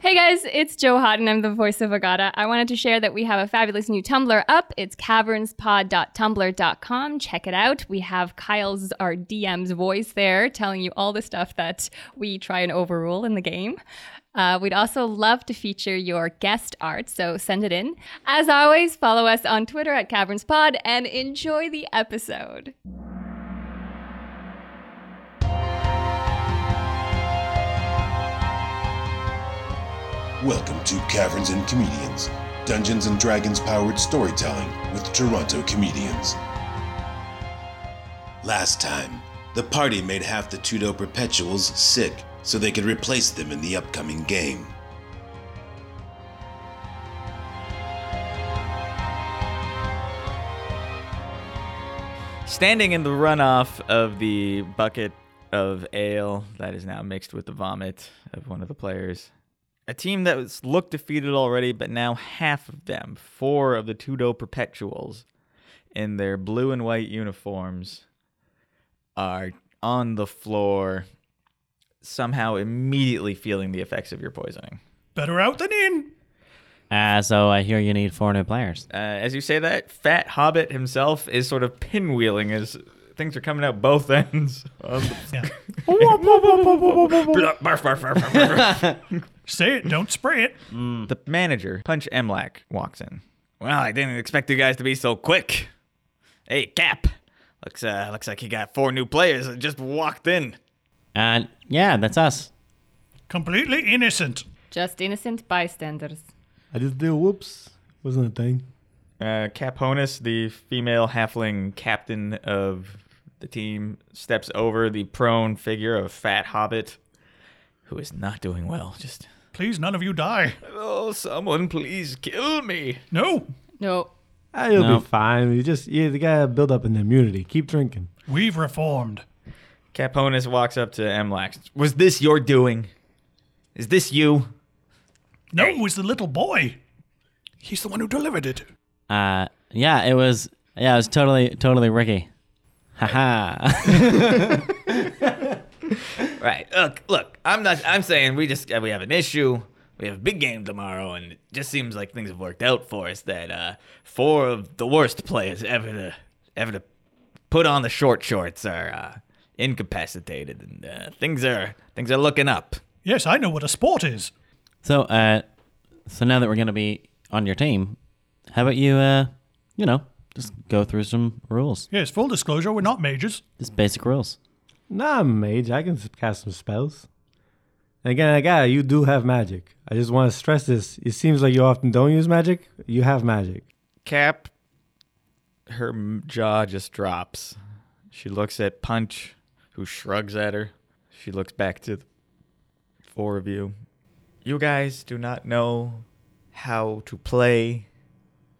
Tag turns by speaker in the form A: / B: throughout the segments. A: Hey guys, it's Joe Hodden. I'm the voice of Agata. I wanted to share that we have a fabulous new Tumblr up. It's cavernspod.tumblr.com. Check it out. We have Kyle's, our DM's voice there, telling you all the stuff that we try and overrule in the game. Uh, we'd also love to feature your guest art, so send it in. As always, follow us on Twitter at CavernsPod and enjoy the episode.
B: Welcome to Caverns and Comedians, Dungeons and Dragons powered storytelling with Toronto comedians. Last time, the party made half the Tudo Perpetuals sick so they could replace them in the upcoming game.
C: Standing in the runoff of the bucket of ale that is now mixed with the vomit of one of the players, a team that was looked defeated already, but now half of them, four of the Tudo Perpetuals, in their blue and white uniforms, are on the floor, somehow immediately feeling the effects of your poisoning.
D: Better out than in.
E: Ah, so I hear you need four new players.
C: Uh, as you say that, Fat Hobbit himself is sort of pinwheeling as things are coming out both ends. of the-
D: Yeah.
C: Barf, barf, barf, barf, barf, barf.
D: Say it, don't spray it.
C: the manager, Punch Emlak, walks in. Well, I didn't expect you guys to be so quick. Hey, Cap. Looks uh, looks like you got four new players that just walked in.
E: Uh, yeah, that's us.
D: Completely innocent.
A: Just innocent bystanders.
F: I just did whoops. Wasn't a thing.
C: Uh, Caponis, the female halfling captain of the team, steps over the prone figure of Fat Hobbit, who is not doing well. Just
D: Please, none of you die.
C: Oh, someone please kill me.
D: No,
A: No.
F: Ah, You'll
E: No.
F: be fine. You just you gotta build up an immunity. Keep drinking.
D: we've reformed.
C: Caponis walks up to Emlax. Was this your doing? Is this you?
D: No it was the little boy. He's the one who delivered it.
E: Uh, yeah, it was. Yeah, it was totally, totally Ricky. Haha.
C: Right. Look, look. I'm not. I'm saying we just we have an issue. We have a big game tomorrow, and it just seems like things have worked out for us. That uh, four of the worst players ever to ever to put on the short shorts are uh, incapacitated, and uh, things are things are looking up.
D: Yes, I know what a sport is.
E: so, uh, so now that we're gonna be on your team, how about you? Uh, you know, just go through some rules,
D: Yes, full disclosure, we're not majors.
E: just basic rules.
F: Nah, I'm a mage. I can s- cast some spells. And again, I got you do have magic. I just want to stress this. It seems like you often don't use magic. You have magic.
C: Cap, her m- jaw just drops. She looks at Punch, who shrugs at her. She looks back to the four of you. You guys do not know how to play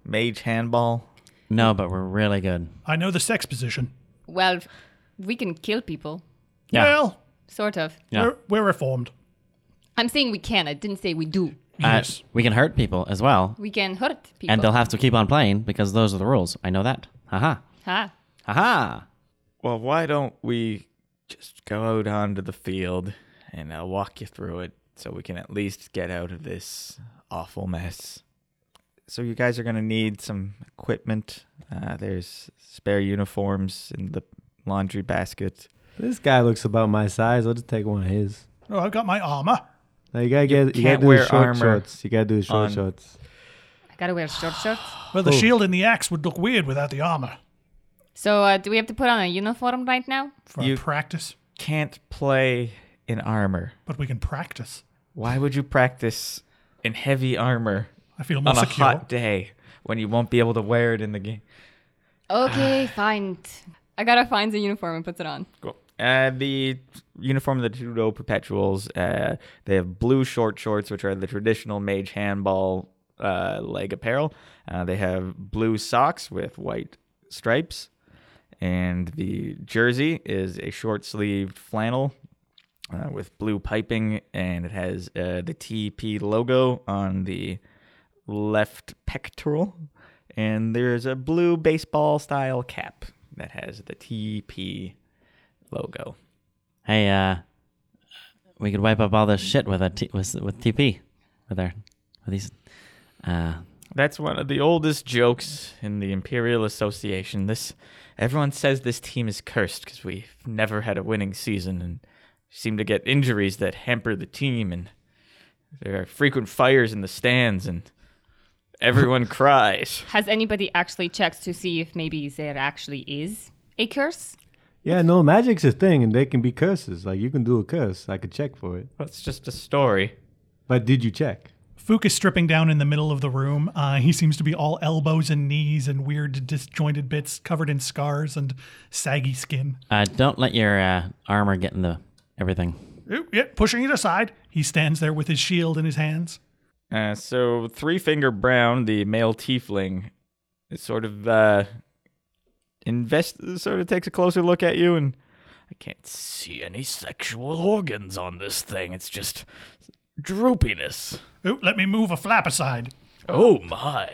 C: mage handball.
E: No, but we're really good.
D: I know the sex position.
A: Well, we can kill people.
E: Yeah.
D: Well,
A: Sort of.
E: Yeah. Uh,
D: we're, we're reformed.
A: I'm saying we can. I didn't say we do.
E: Uh,
D: yes.
E: we can hurt people as well,
A: We can hurt people.
E: and they'll have to keep on playing because those are the rules. I know that. Haha.
A: ha.
E: Haha.
C: Well, why don't we just go out onto the field and I'll walk you through it so we can at least get out of this awful mess. So you guys are going to need some equipment. Uh, there's spare uniforms in the laundry basket.
F: This guy looks about my size. I'll just take one of his.
D: No, Oh, I've got my armor.
F: Now you gotta get you,
C: can't
F: gotta do
C: wear
F: the short
C: armor
F: shorts. You gotta do the
C: on-
F: short shorts.
A: I gotta wear short shorts.
D: Well, the
F: Oh.
D: shield and the axe would look weird without the armor.
A: So, uh, do we have to put on a uniform right now?
D: For
C: You-
D: practice.
C: Can't play in armor.
D: But we can practice.
C: Why would you practice in heavy armor
D: I feel more
C: on a
D: secure.
C: hot day when you won't be able to wear it in the game?
A: Okay, fine. I gotta find the uniform and puts it on.
C: Cool. Uh, the uniform of the Tudo Perpetuals. Uh, they have blue short shorts, which are the traditional mage handball uh, leg apparel. Uh, they have blue socks with white stripes, and the jersey is a short sleeved flannel uh, with blue piping, and it has uh, the TP logo on the left pectoral, and there's a blue baseball style cap that has the TP logo.
E: Hey, uh, we could wipe up all this shit with a t- with, with TP. Are there? Are these? Uh,
C: That's one of the oldest jokes in the Imperial Association. This everyone says this team is cursed because we've never had a winning season and seem to get injuries that hamper the team and there are frequent fires in the stands and everyone cries.
A: Has anybody actually checked to see if maybe there actually is a curse?
F: Yeah, no, magic's a thing, and they can be curses. Like you can do a curse. I could check for it.
C: That's just a story.
F: But did you check?
D: Fook is stripping down in the middle of the room. Uh, he seems to be all elbows and knees and weird disjointed bits covered in scars and saggy skin.
E: uh, don't let your uh, armor get in the everything.
D: Ooh, yeah, pushing it aside, he stands there with his shield in his hands.
C: Uh, so Three Finger Brown, the male tiefling, is sort of uh, invest sort of takes a closer look at you and I can't see any sexual organs on this thing. It's just droopiness.
D: Ooh, let me move a flap aside.
C: Oh my.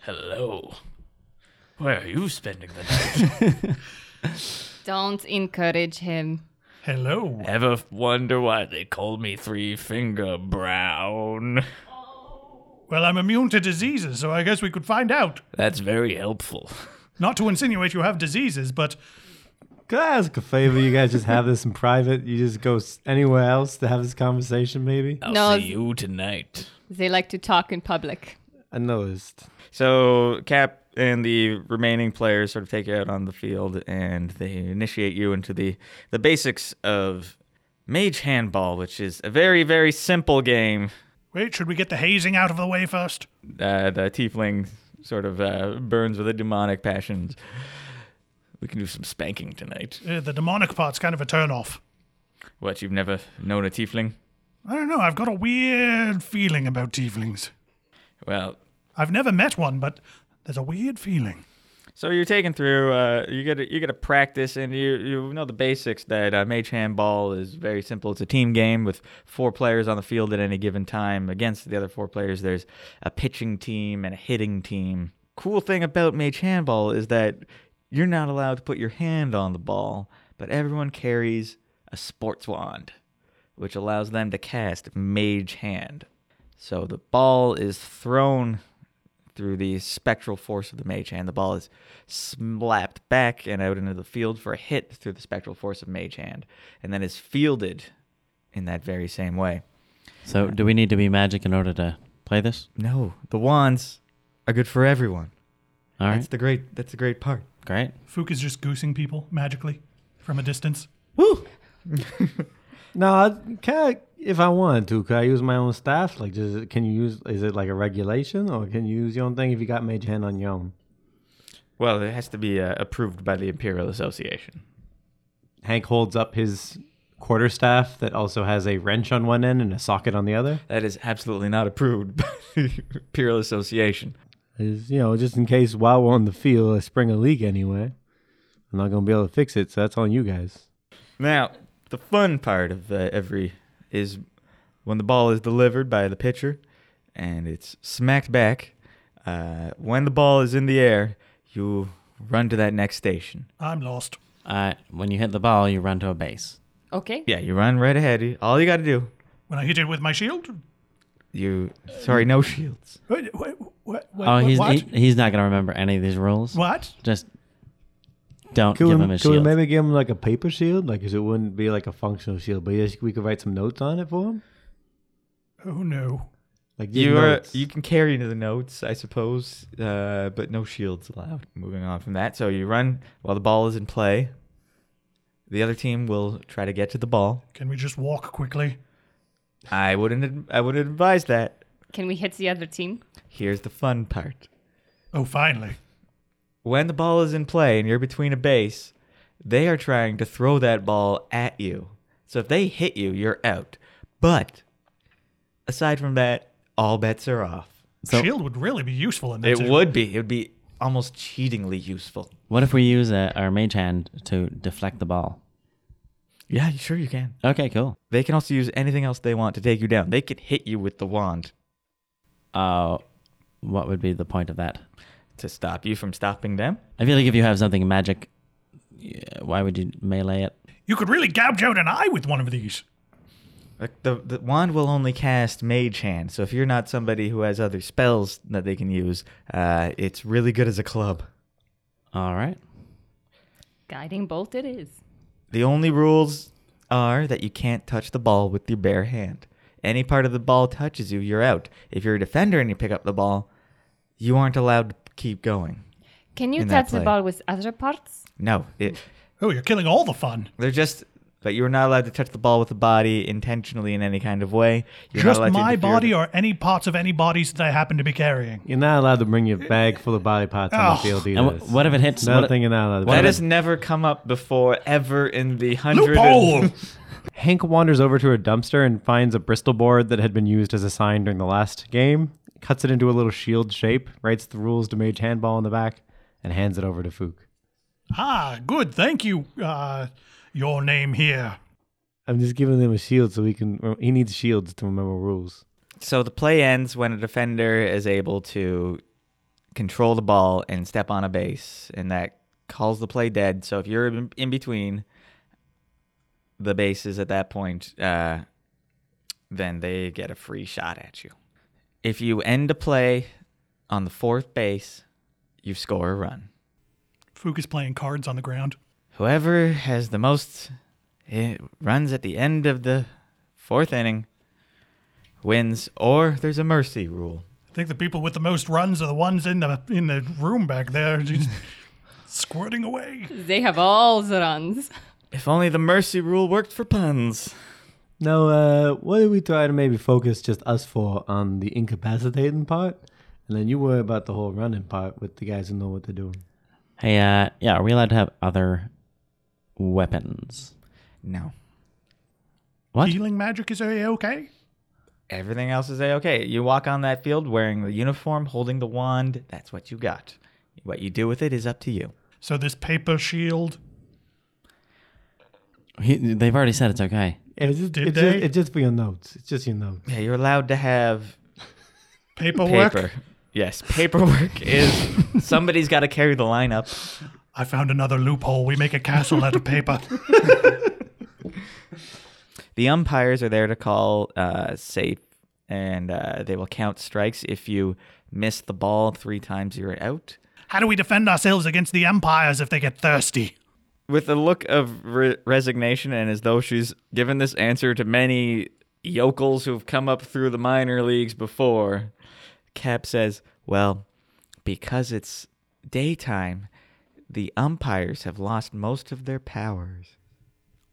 C: Hello. Where are you spending the night?
A: Don't encourage him.
D: Hello.
C: Ever wonder why they call me Three Finger Brown?
D: Well, I'm immune to diseases, so I guess we could find out.
C: That's very helpful.
D: Not to insinuate you have diseases, but
F: Could I ask a favor? You guys just have this in private. You just go s- anywhere else to have this conversation, maybe.
C: I'll
A: No,
C: see
A: th-
C: you tonight.
A: They like to talk in public.
F: I noticed.
C: So Cap and the remaining players sort of take you out on the field and they initiate you into the the basics of Mage Handball, which is a very very simple game.
D: wait, should we get the hazing out of the way first?
C: Uh, the Tiefling sort of uh, burns with a demonic passion. We can do some spanking tonight.
D: Uh, the demonic part's kind of a turnoff.
C: What you've never known a Tiefling?
D: I don't know, I've got a weird feeling about tieflings.
C: Well,
D: I've never met one, but there's a weird feeling.
C: So you're taken through. Uh, you get to, you get to practice, and you you know the basics that uh, mage handball is very simple. It's a team game with four players on the field at any given time against the other four players. There's a pitching team and a hitting team. Cool thing about mage handball is that you're not allowed to put your hand on the ball, but everyone carries a sports wand, which allows them to cast mage hand. So the ball is thrown through the spectral force of the mage hand. The ball is slapped back and out into the field for a hit through the spectral force of mage hand, and then is fielded in that very same way.
E: So, do we need to be magic in order to play this?
C: No, the wands are good for everyone.
E: All right,
C: That's the great. That's the great part.
E: great.
D: Fook is just goosing people magically from a distance.
F: No, I- can I, if I wanted to, could I use my own staff? Like, does it, can you use? Is it like a regulation, or can you use your own thing if you got mage hand on your own?
C: Well, it has to be uh, approved by the Imperial Association.
F: Hank holds up his quarter staff that also has a wrench on one end and a socket on the other.
C: That is absolutely not approved by the Imperial Association.
F: Is you know, just in case while we're on the field, I spring a leak anyway. I'm not gonna be able to fix it, so that's on you guys.
C: Now, the fun part of uh, every is when the ball is delivered by the pitcher and it's smacked back. Uh, when the ball is in the air, you run to that next station.
D: I'm lost.
E: Uh, when you hit the ball, you run to a base.
A: Okay.
C: Yeah, you run right ahead. All you got to do,
D: When I hit it with my shield?
C: you sorry, no shields.
D: Wait, wait, wait, wait,
E: oh, he's
D: what?
E: he, he's not gonna remember any of these rules.
D: what?
E: Just don't
F: Could,
E: give
F: we,
E: him a
F: could we
E: shield.
F: maybe give him like a paper shield? Like, 'cause it wouldn't be like a functional shield, but yes, we could write some notes on it for him.
D: Oh no.
F: Like just
C: You are,
F: notes.
C: you can carry into the notes, I suppose, uh, but no shields allowed. Moving on from that, so you run while the ball is in play. The other team will try to get to the ball.
D: Can we just walk quickly?
C: I wouldn't. I wouldn't advise that.
A: Can we hit the other team?
C: Here's the fun part.
D: Oh, finally.
C: When the ball is in play and you're between a base, they are trying to throw that ball at you. So if they hit you, you're out. But aside from that, all bets are off.
E: So-
D: shield would really be useful in
C: It
D: this.
C: would be. It would be almost cheatingly useful.
E: What if we use uh, our mage hand to deflect the ball?
C: Yeah, sure you can.
E: Okay, cool.
C: They can also use anything else they want to take you down. They can hit you with the wand
E: Uh, what would be the point of that?
C: to stop you from stopping them.
E: I feel like if you have something magic, yeah, why would you melee it?
D: You could really gouge out an eye with one of these.
C: Like, The, the wand will only cast Mage Hand, so if you're not somebody who has other spells that they can use, uh, it's really good as a club.
E: All right.
A: Guiding bolt it is.
C: The only rules are that you can't touch the ball with your bare hand. Any part of the ball touches you, you're out. If you're a defender and you pick up the ball, you aren't allowed to keep going.
A: Can you
C: In that
A: touch the
C: play.
A: ball with other parts?
C: No, it,
D: Oh, you're killing all the fun.
C: they're just. But you're not allowed to touch the ball with the body intentionally in any kind of way. You're not
D: Just
C: allowed to
D: my
C: interfere
D: body
C: with-
D: or any parts of any bodies that I happen to be carrying.
F: You're not allowed to bring your bag full of body parts on the
D: Oh.
F: field either.
E: And wh- what if it hits?
F: Another
E: What,
F: thing you're not allowed to
C: That
F: bring.
C: has never come up before, ever in the hundred.
D: Loophole!
F: Hank wanders over to a dumpster and finds a Bristol board that had been used as a sign during the last game, cuts it into a little shield shape, writes the rules to Mage Handball on the back, and hands it over to Fook.
D: ah, good. Thank you. Uh, your name here.
F: I'm just giving him a shield so he can. He needs shields to remember rules.
C: So the play ends when a defender is able to control the ball and step on a base, and that calls the play dead. So if you're in in between the bases at that point, uh, then they get a free shot at you. If you end a play on the fourth base, you score a run.
D: Fook is playing cards on the ground.
C: Whoever has the most eh, runs at the end of the fourth inning wins, or there's a mercy rule.
D: I think the people with the most runs are the ones in the in the room back there, just squirting away.
A: They have all the runs.
C: If only the mercy rule worked for puns.
F: Now, uh, what if we try to maybe focus just us four on the incapacitating part, and then you worry about the whole running part with the guys who know what they're doing.
E: hey, uh, yeah, are we allowed to have other weapons?
C: No.
E: What?
D: Healing magic is a okay.
C: Everything else is a-okay. You walk on that field wearing the uniform, holding the wand. That's what you got. What you do with it is up to you.
D: So this paper shield.
E: He, they've already said it's okay.
F: It was just,
D: Did
F: it just,
D: they?
F: it's just for your notes. It's just your notes.
C: Yeah, you're allowed to have
D: Paperwork.
C: paper. Yes, paperwork is somebody's got to carry the lineup.
D: I found another loophole. We make a castle out of paper.
C: The umpires are there to call uh, safe, and uh, they will count strikes. If you miss the ball three times, you're out.
D: How do we defend ourselves against the empires if they get thirsty?
C: with a look of re- resignation and as though she's given this answer to many yokels who've come up through the minor leagues before, Cap says, Well, because it's daytime, the umpires have lost most of their powers.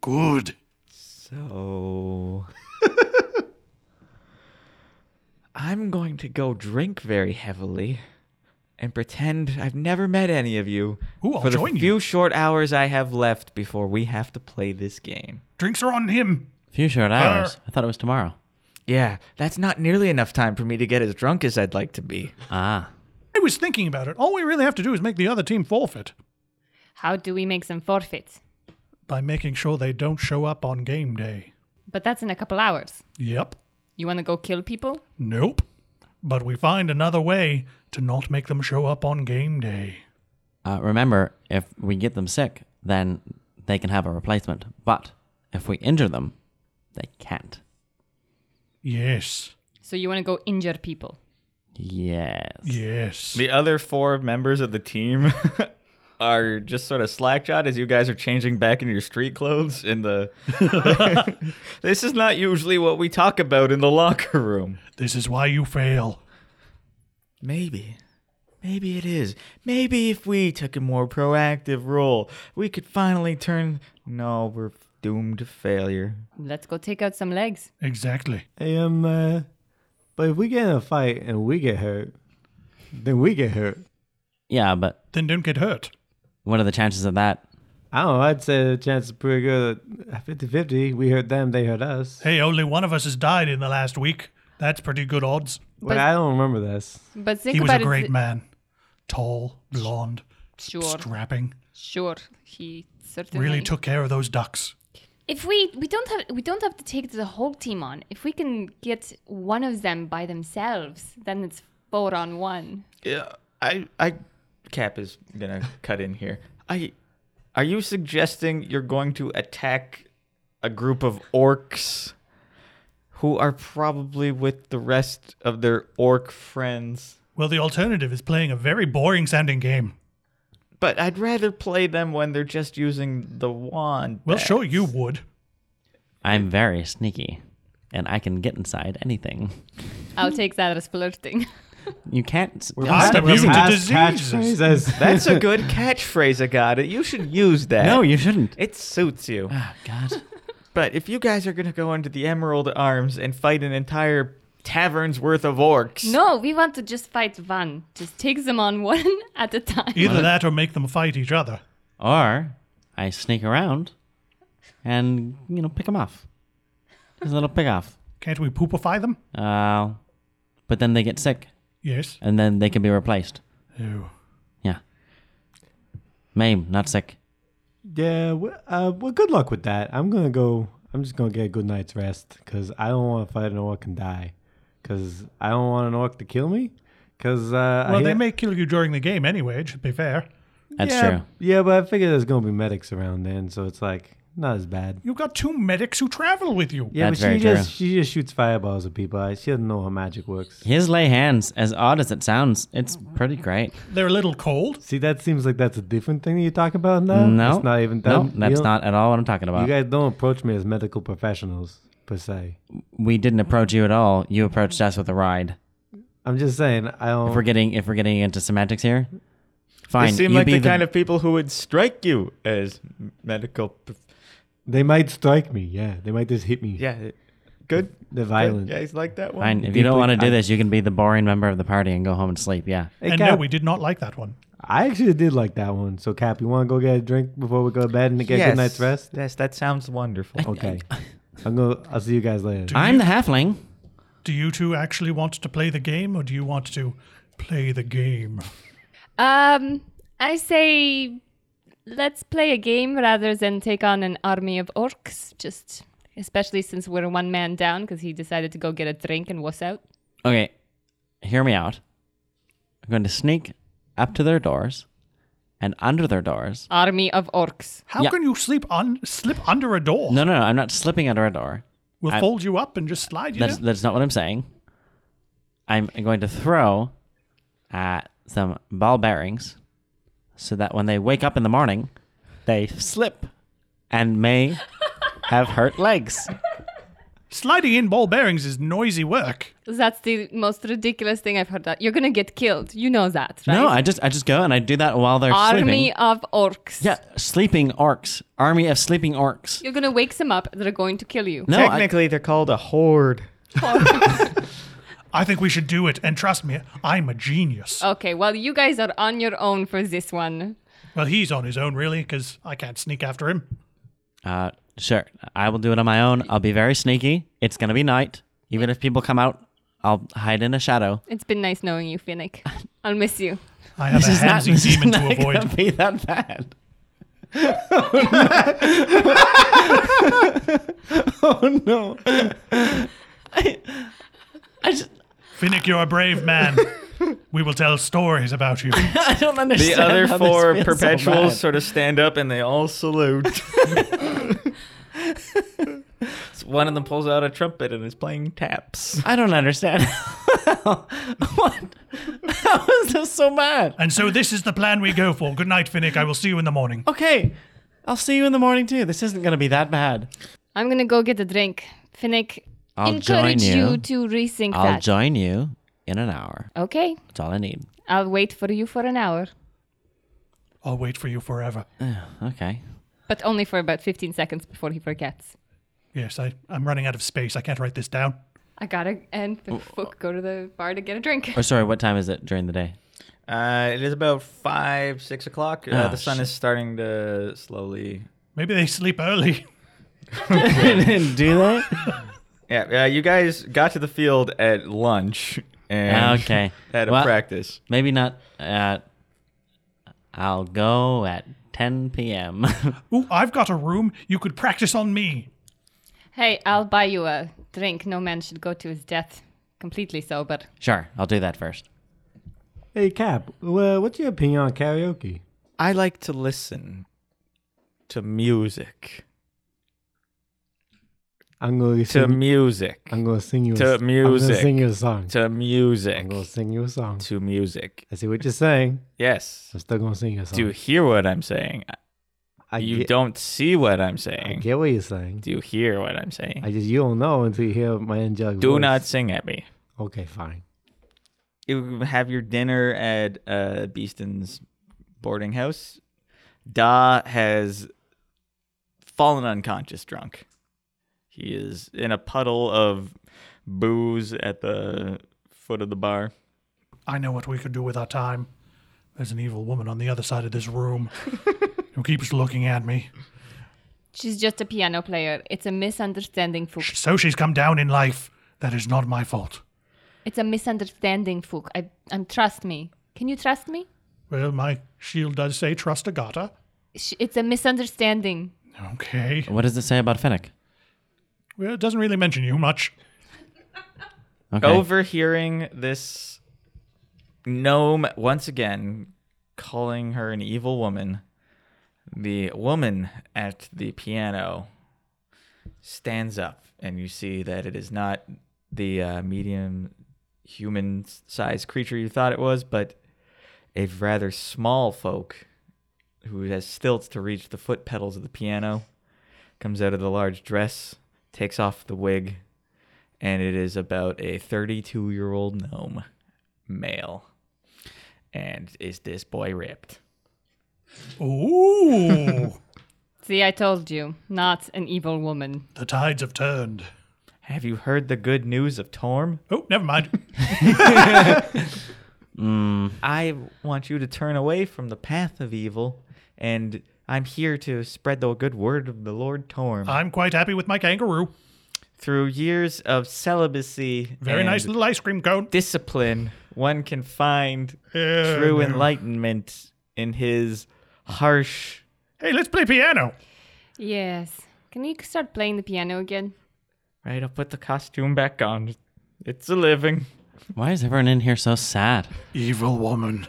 D: Good.
C: So. I'm going to go drink very heavily and pretend I've never met any of you
D: Ooh, I'll
C: for the
D: join you.
C: few short hours I have left before we have to play this game.
D: Drinks are on him.
E: Few short hours. I thought it was tomorrow.
C: Yeah, that's not nearly enough time for me to get as drunk as I'd like to be.
E: Ah,
D: I was thinking about it. All we really have to do is make the other team forfeit
A: How do we make them forfeit?
D: by making sure they don't show up on game day.
A: But that's in a couple hours.
D: Yep.
A: You want to go kill people?
D: Nope. But we find another way to not make them show up on game day.
E: uh, remember, if we get them sick, then they can have a replacement. But if we injure them, they can't.
D: Yes.
A: So you want to go injure people?
E: Yes.
D: Yes.
C: The other four members of the team are just sort of slackjawed as you guys are changing back into your street clothes. In the this is not usually what we talk about in the locker room.
D: This is why you fail.
C: Maybe. Maybe it is. Maybe if we took a more proactive role, we could finally turn. No, we're doomed to failure.
A: Let's go take out some legs.
D: Exactly.
F: Hey, um, uh, but if we get in a fight and we get hurt, then we get hurt.
E: Yeah, but
D: Then don't get hurt.
E: what are the chances of that?
F: I don't know. I'd say the chance is pretty good. 50 50. We hurt them, they hurt us.
D: Hey, only one of us has died in the last week. That's pretty good odds.
F: But I don't remember this.
A: But think
D: he was
A: about
D: a great
A: it.
D: man. Tall, blonde,
A: Sure,
D: strapping.
A: sure. He certainly
D: Really took care of those ducks.
A: If we we don't have we don't have to take the whole team on. If we can get one of them by themselves, then it's four on one.
C: Yeah, I, I, Cap is gonna cut in here. I, are you suggesting you're going to attack a group of orcs who are probably with the rest of their orc friends.
D: Well, the alternative is playing a very boring sounding game.
C: But I'd rather play them when they're just using the wand.
D: Well,
C: back.
D: sure, you would.
E: I'm very sneaky, and I can get inside anything.
A: I'll take that as flirting.
E: You can't.
D: past
E: stop
D: it. We're
E: using
D: past
E: that.
D: diseases.
F: catchphrases.
C: That's a good catchphrase, I got it. You should use that.
E: No, you shouldn't.
C: It suits you.
E: Oh, God.
C: But if you guys are going to go into the Emerald Arms and fight an entire tavern's worth of orcs.
A: No, we want to just fight one. Just take them on one at a time.
D: Either that or make them fight each other.
E: Or I sneak around and, you know, pick them off. There's a little pick off.
D: Can't we poopify them?
E: Uh, but then they get sick
D: Yes.
E: and then they can be replaced.
D: Oh.
E: Yeah. Mame, not sick.
F: Yeah, well, uh, well, good luck with that. I'm gonna go. I'm just gonna get a good night's rest because I don't want to fight an orc and die. Because I don't want an orc to kill me. Because uh, I
D: Well, they
F: hear-
D: may kill you during the game anyway, it should be fair.
E: That's
F: yeah,
E: true.
F: Yeah, but I figure there's gonna be medics around then, so it's like not as bad.
D: You've got two medics who travel with you.
F: Yeah,
E: That's
F: but she
E: very
F: just she just shoots fireballs at people. I- She doesn't know how magic works.
E: His lay hands, as odd as it sounds, it's pretty great.
D: They're a little cold.
F: See, that seems like that's a different thing that you talk about now.
E: no,
F: it's not even that.
E: no,
F: you
E: that's
F: don't-
E: not at all what I'm talking
F: You
E: about.
F: guys don't approach me as medical professionals per se.
E: we didn't approach you at all. You approached us with a ride.
F: I'm just saying I don't.
E: If we're getting if we're getting into semantics here, fine.
C: They seem
E: you
C: like
E: be
C: the, kind of people who would strike you as m- medical. prof-
F: They might strike me. Yeah, they might just hit me.
C: Yeah. it- Good.
F: The
C: Good.
F: violence.
C: Guys like that one.
E: fine. If you don't
F: deeply-
E: want to do
F: I-
E: this, you can be the boring member of the party and go home and sleep. Yeah.
F: Hey,
D: and no,
F: Cap,
D: we did not like that one.
F: I actually did like that one. So, Cap, you want to go get a drink before we go to bed and get a
C: Yes.
F: good night's rest?
C: Yes, that sounds wonderful.
F: Okay. I'm gonna. I'll see you guys later.
E: I'm the halfling.
D: Do you two actually want to play the game, or do you want to play the game?
A: Um, I say let's play a game rather than take on an army of orcs. Just especially since we're one man down because he decided to go get a drink and was out.
E: Okay, hear me out. I'm going to sneak up to their doors and under their doors.
A: Army of orcs.
D: How
E: Yeah.
D: can you sleep un- slip under a door?
E: No, no, no. I'm not slipping under a door.
D: we'll
E: I-
D: fold you up and just slide you.
E: That's
D: down.
E: that's not what I'm saying. I'm going to throw uh, some ball bearings so that when they wake up in the morning, they slip and may have hurt legs.
D: Sliding in ball bearings is noisy work.
A: That's the most ridiculous thing I've heard. That you're gonna get killed. You know that, right?
E: No, I just I just go and I do that while they're
A: Army
E: sleeping.
A: of orcs.
E: Yeah, sleeping orcs. Army of sleeping orcs.
A: You're gonna wake them up. They're going to kill you.
E: No, I-
C: Technically, they're called a horde.
D: I think we should do it, and trust me, I'm a genius.
E: Uh,
A: Okay, well, you guys are on your own for this one.
D: well, he's on his own, really, because I can't sneak after him.
E: Uh, sure. I will do it on my own. I'll be very sneaky. It's gonna be night. Even if people come out, I'll hide in a shadow.
A: It's been nice knowing you, Finnick. I'll miss you.
D: I have a handsy
E: this is
D: demon to
E: not
D: avoid.
E: gonna be that bad.
C: Oh, no.
E: I just
D: Finnick, you're a brave man. we will tell stories about you.
E: I don't
C: The
E: understand.
C: other
E: how this
C: four
E: feels so
C: perpetuals
E: bad.
C: sort of stand up and they all salute. One of them pulls out a trumpet and is playing taps.
E: I don't understand. what? How is this so bad?
D: and so this is the plan we go for. Good night, Finnick. I will see you in the morning.
E: Okay, I'll see you in the morning too. This isn't gonna be that bad.
A: I'm gonna go get a drink. Finnick,
E: I'll
A: encourage
E: join
A: you.
E: you.
A: to rethink
E: I'll
A: that.
E: join you in an hour.
A: okay,
E: That's all I need.
A: I'll wait for you for an hour,
D: I'll wait for you forever.
E: Okay.
A: but only for about 15 seconds before he forgets.
D: Yes, I, I'm running out of space. I can't write this down.
A: I gotta and f- f- go to the bar to get a drink.
E: Or sorry, what time is it during the day?
C: Uh, it is about five, six o'clock. Uh,
E: Ah,
C: the sun is starting to slowly.
D: Maybe they sleep early.
E: Do they?
C: Yeah, uh, you guys got to the field at lunch and
E: Ah, Okay.
C: had a
E: Well-
C: practice.
E: Maybe not at. I'll go at 10 p.m.
D: Ooh, I've got a room. You could practice on me.
A: Hey, I'll buy you a drink. No man should go to his death completely sober.
E: sure, I'll do that first.
F: Hey, Cap, well, what's your opinion on karaoke?
C: I like to listen to music.
F: I'm going to
C: to
F: sing.
C: music,
F: I'm going to sing you. a-
C: to
F: I'm gonna
C: music.
F: sing you a song.
C: to music,
F: I'm going to sing you a song.
C: to music.
F: I see what you're saying.
C: Yes.
F: I'm still going to sing you a song.
C: Do you hear what I'm saying?
F: I
C: you
F: get,
C: don't see what I'm
F: I
C: saying.
F: get what you're saying.
C: Do you hear what I'm saying?
F: I just you don't know until you hear my angelic
C: Do
F: voice.
C: not sing at me.
F: Okay, fine.
C: You have your dinner at uh, Beeston's boarding house. Da has fallen unconscious drunk. He is in a puddle of booze at the foot of the bar.
D: I know what we could do with our time. There's an evil woman on the other side of this room who keeps looking at me.
A: She's just a piano player. It's a misunderstanding, Fook.
D: So she's come down in life. That is not my fault.
A: It's a misunderstanding, Fook. I, I'm trust me. Can you trust me?
D: Well, my shield does say trust Agata.
A: Sh- It's a misunderstanding.
D: Okay.
E: What does it say about Finnick?
D: Well, it doesn't really mention you much.
E: Okay.
C: Overhearing this gnome once again calling her an evil woman, the woman at the piano stands up, and you see that it is not the uh, medium human sized creature you thought it was, but a rather small folk who has stilts to reach the foot pedals of the piano comes out of the large dress, takes off the wig, and it is about a 32 year old gnome male. And is this boy ripped?
D: Ooh.
A: See, I told you. Not an evil woman.
D: the tides have turned.
C: Have you heard the good news of Torm?
D: Oh, never mind.
C: I want you to turn away from the path of evil, and I'm here to spread the good word of the Lord Torm.
D: I'm quite happy with my kangaroo.
C: Through years of celibacy
D: Very
C: and
D: nice little ice cream cone.
C: discipline, one can find
D: Yeah,
C: true
D: no.
C: enlightenment in his harsh.
D: Hey, let's play piano.
A: Yes. Can you start playing the piano again?
C: Right, I'll put the costume back on. It's a living.
E: Why is everyone in here so sad?
D: Evil woman.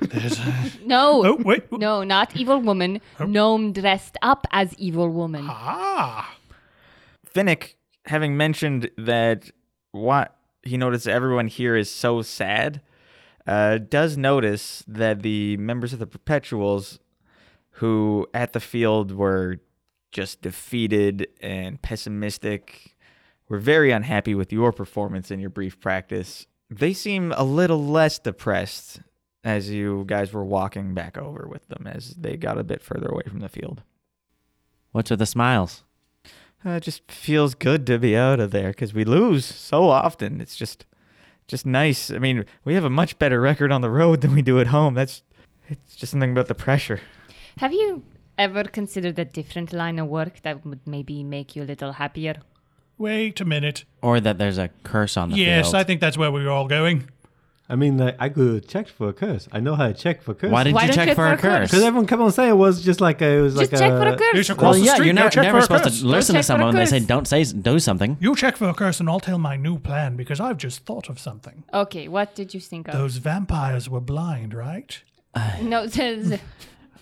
D: There's a...
A: No.
D: Oh, wait.
A: No, not evil woman.
E: Oh.
A: Gnome dressed up as evil woman.
D: Ah.
C: Finnick, having mentioned that what he noticed everyone here is so sad, uh, does notice that the members of the Perpetuals who at the field were just defeated and pessimistic, were very unhappy with your performance in your brief practice. They seem a little less depressed as you guys were walking back over with them as they got a bit further away from the field.
E: What's with the smiles?
C: Uh, it just feels good to be out of there because we lose so often. It's just, just nice. I mean, we have a much better record on the road than we do at home. That's, it's just something about the pressure.
A: Have you ever considered a different line of work that would maybe make you a little happier?
D: Wait a minute.
E: Or that there's a curse on the
D: yes,
E: field?
D: I think that's where we were all going.
F: I mean, like, I could have checked for a curse. I know how to check for a curse.
E: Why did
A: Why
E: you
A: don't
E: check
A: you
E: for a curse?
F: Because everyone kept on saying it was just like a, it was
A: Just
F: like
A: check
F: a,
A: for a curse.
D: You should
E: well,
D: the
E: yeah,
D: street,
E: you're
D: go
E: not,
D: check for
E: never
D: a
E: supposed
D: curse.
E: to listen
A: check
E: to
A: for a
E: someone when they say
A: curse.
E: don't say s- do something.
D: You check for a curse and I'll tell my new plan because I've just thought of something.
A: Okay, what did you think
E: Oh.
A: of?
D: Those vampires were blind, right?
A: No, there's-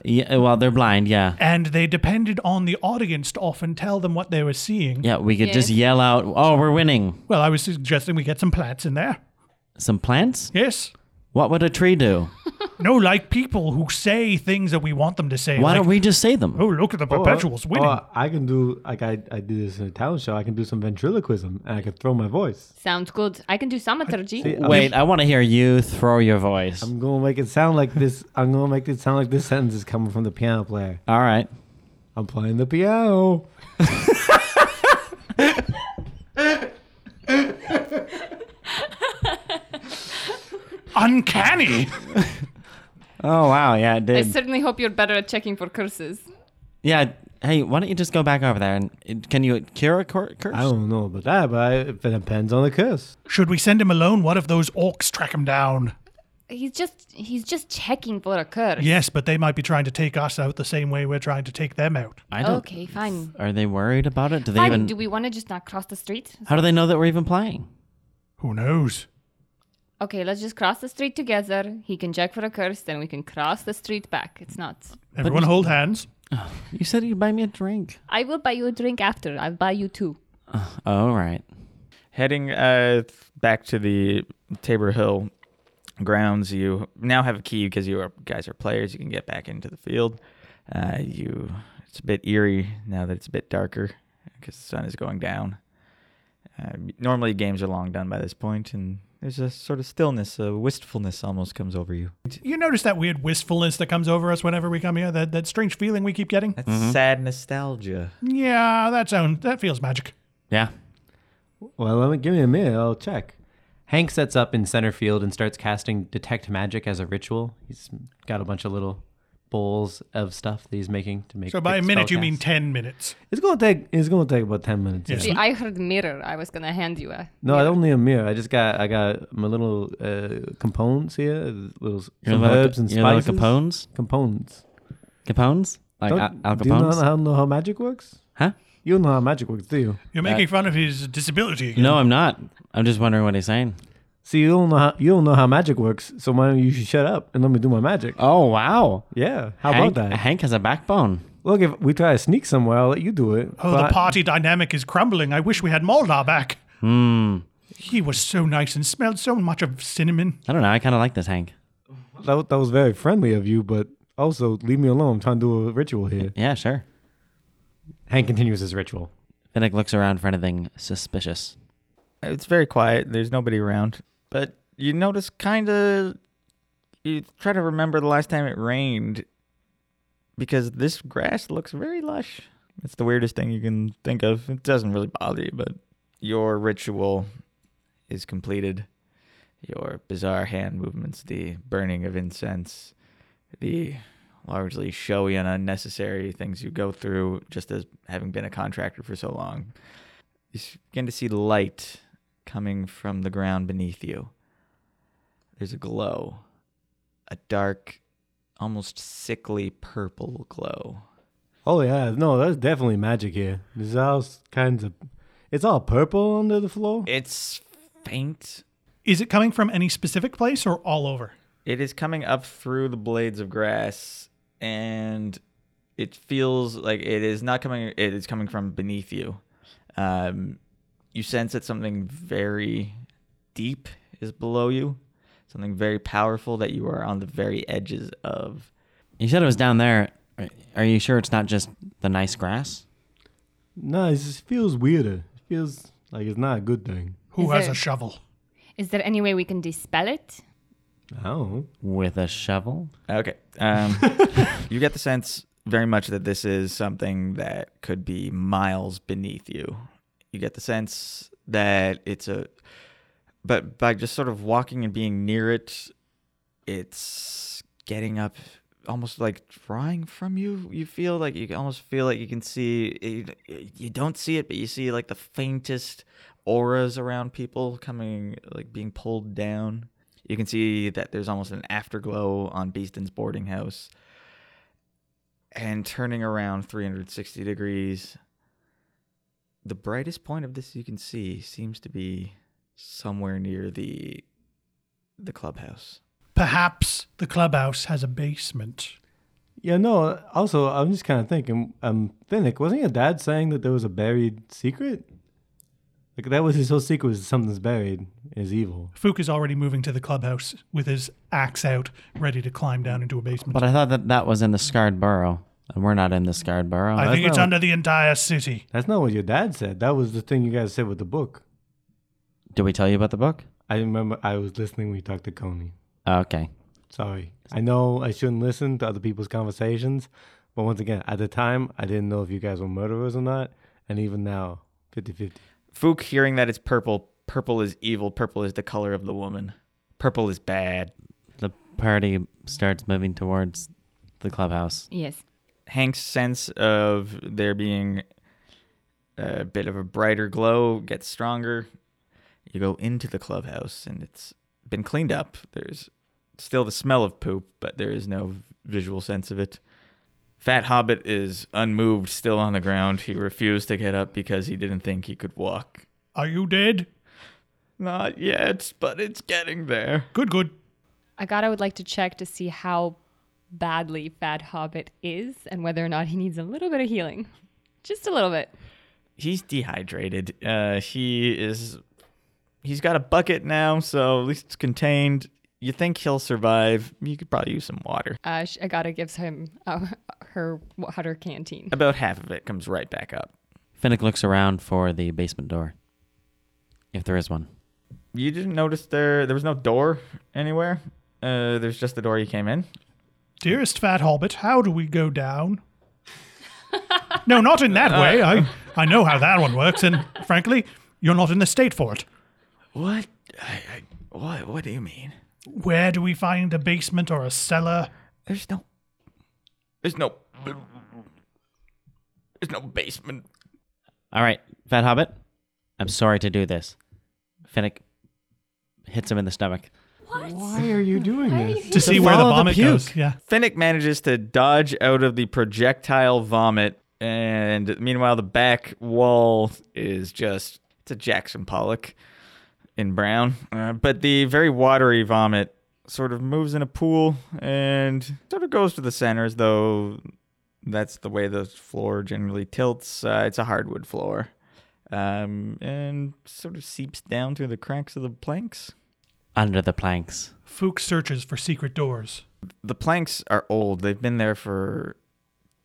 E: Yeah, well, they're blind. Yeah,
D: And they depended on the audience to often tell them what they were seeing.
E: yeah. We could just
A: Yes.
E: yell out, "Oh, we're winning!"
D: Well, I was suggesting we get some plants in there.
E: Some plants.
D: Yes.
E: What would a tree do?
D: No, like people who say things that we want them to say.
E: Why
D: like,
E: don't we uh, just say them?
D: Oh, look at the
F: Or-
D: perpetuals winning.
F: or I can do like I, I do this in a talent show. I can do some ventriloquism and I can throw my voice.
A: sounds good. I can do somaturgy.
F: See, I'm-
E: Wait, I want to hear you throw your voice.
F: I'm gonna make it sound like this. I'm gonna make it sound like this sentence is coming from the piano player.
E: All right.
F: I'm playing the piano.
D: Uncanny.
E: Oh wow, yeah, it
A: I
E: did.
A: certainly hope you're better at checking for curses.
E: yeah. Hey, why don't you just go back over there and and can you cure a cur- curse?
F: I don't know about that, but I, it depends on the curse.
D: Should we send him alone? What if those orcs track him down?
A: He's just he's just checking for a curse.
D: Yes, but they might be trying to take us out the same way we're trying to take them out.
E: I don't.
A: Okay, fine.
E: Are they worried about it? Do they
A: Fine.
E: even?
A: Do we want to just not cross the street?
E: how do they know that we're even playing?
D: Who knows?
A: Okay, let's just cross the street together. He can check for a curse, then we can cross the street back. It's not.
D: Everyone hold hands.
E: You said you'd buy me a drink.
A: I will buy you a drink after. I'll buy you two.
E: Oh, right.
C: Heading uh, back to the Tabor Hill grounds, you now have a key because you are, guys are players. You can get back into the field. Uh, you, it's a bit eerie now that it's a bit darker because the sun is going down. Uh, normally, games are long done by this point, and there's a sort of stillness, a wistfulness almost comes over you.
D: You notice that weird wistfulness that comes over us whenever we come here, that, that strange feeling we keep getting?
C: That's sad nostalgia.
D: Yeah, that sound that feels magic.
E: Yeah.
F: Well, let me give me a minute. I'll check. Hank sets up in center field and starts casting detect magic as a ritual. He's got a bunch of little bowls of stuff that he's making to make.
D: So by a
F: spell
D: minute you mean
F: casts.
D: ten minutes.
F: It's gonna take. It's gonna take about ten minutes.
D: Yeah.
F: yeah.
A: See, I heard mirror. I was gonna hand you a.
F: No, I don't need a mirror. I just got. I got my little uh, components here, little s-
E: Your
F: some
E: little-
F: herbs and
E: your little
F: spices.
E: Capones?
F: Components.
E: Capones? Like Al, Al
F: do you not
E: Capones?
F: how- know how magic works?
E: huh?
F: You don't know how magic works, do you?
D: You're making fun of his disability. again.
E: No, I'm not. I'm just wondering what he's saying.
F: See, you don't know how you don't know how magic works. So why don't you should shut up and let me do my magic?
E: Oh, wow.
F: yeah, how
E: Hank,
F: about that?
E: Hank has a backbone.
F: Look, if we try to sneak somewhere, I'll let you do it.
D: Oh,
F: But-
D: the party dynamic is crumbling. I wish we had Moldar back. Hmm. He was so nice and smelled so much of cinnamon.
E: I don't know. I kind of like this Hank.
F: that, wa- that was very friendly of you, but also leave me alone. I'm trying to do a ritual here.
E: Yeah, sure.
F: Hank continues his ritual.
E: Finnick looks around for anything suspicious.
C: It's very quiet. There's nobody around. But you notice kind of. You try to remember the last time it rained because this grass looks very lush. It's the weirdest thing you can think of. It doesn't really bother you, but your ritual is completed. Your bizarre hand movements, the burning of incense, the largely showy and unnecessary things you go through just as having been a contractor for so long you s- begin to see light coming from the ground beneath you. There's a glow, a dark, almost sickly purple glow.
F: Oh yeah, no, that's definitely magic here. This house kinds of, it's all purple under the floor.
C: It's faint.
D: Is it coming from any specific place or all over?
C: It is coming up through the blades of grass, and it feels like it is not coming. It is coming from beneath you. Um, you sense that something very deep is below you, something very powerful that you are on the very edges of.
E: You said it was down there. Are- Are you sure it's not just the nice grass?
F: No, it just feels weirder. It feels like it's not a good thing.
D: Who
A: Is
D: has
A: there-
D: a shovel?
A: Is there any way we can dispel it?
F: Oh,
E: With a shovel?
C: Okay. Um, you get the sense very much that this is something that could be miles beneath you. You get the sense that it's a, but by just sort of walking and being near it, it's getting up almost like drawing from you you feel like you can almost feel like you can see you- you don't see it but you see like the faintest auras around people coming like being pulled down you can see that there's almost an afterglow on Beeston's boarding house. And turning around 360 degrees, the brightest point of this you can see seems to be somewhere near the the clubhouse.
D: Perhaps the clubhouse has a basement.
F: yeah. No, also I'm just kind of thinking. Um, Finnick, wasn't your dad saying that there was a buried secret? Like that was his whole secret was something's buried is evil.
D: Fook is already moving to the clubhouse with his axe out, ready to climb down into a basement.
C: uh,
E: But I thought that that was in the Scarred Burrow, and we're not in the Scarred Burrow.
D: I think
F: that's
D: it's
F: not-
D: under the entire city.
F: That's not what your dad said. That was the thing you guys said with the book.
E: Did we tell you about the book?
F: I remember I was listening when you talked to Coney.
E: Okay.
F: Sorry. I know I shouldn't listen to other people's conversations, but once again, at the time, I didn't know if you guys were murderers or not. And even now, 50 50.
C: Fook hearing that it's purple, purple is evil, purple is the color of the woman. Purple is bad.
E: The party starts moving towards the clubhouse.
A: Yes.
C: Hank's sense of there being a bit of a brighter glow gets stronger. You go into the clubhouse and it's been cleaned up. There's still the smell of poop, but there is no visual sense of it. Fat Hobbit is unmoved, still on the ground. He refused to get up because he didn't think he could walk.
D: Are you dead?
C: Not yet, but it's getting there.
D: Good, good.
A: I got. I would like to check to see how badly Fat Hobbit is and whether or not he needs a little bit of healing, just a little bit.
C: he's dehydrated. Uh, he is. He's got a bucket now, so at least it's contained. You think he'll survive? You could probably use some water.
A: Uh, sh- Agata gives him uh, her water canteen.
C: About half of it comes right back up.
E: Finnick looks around for the basement door, if there is one.
C: You didn't notice there there was no door anywhere. Uh, there's just the door you came in.
D: Dearest Fat Hobbit, how do we go down? no, not in that way. I, I know how that one works, and frankly, you're not in the state for it.
C: What? I, I, what? What do you mean?
D: Where do we find a basement or a cellar?
C: There's no. There's no. There's no basement.
E: All right, Fat Hobbit, I'm sorry to do this. Finnick hits him in the stomach.
F: Why are you doing this?
D: To see where the
C: follow the
D: vomit
C: puke.
D: goes. Yeah.
C: Finnick manages to dodge out of the projectile vomit, and meanwhile, the back wall is just. It's a Jackson Pollock in brown. Uh, but the very watery vomit sort of moves in a pool and sort of goes to the center as though that's the way the floor generally tilts. Uh, it's a hardwood floor. Um, and sort of seeps down through the cracks of the planks.
E: Under the planks.
D: Fook searches for secret doors.
C: the planks are old. They've been there for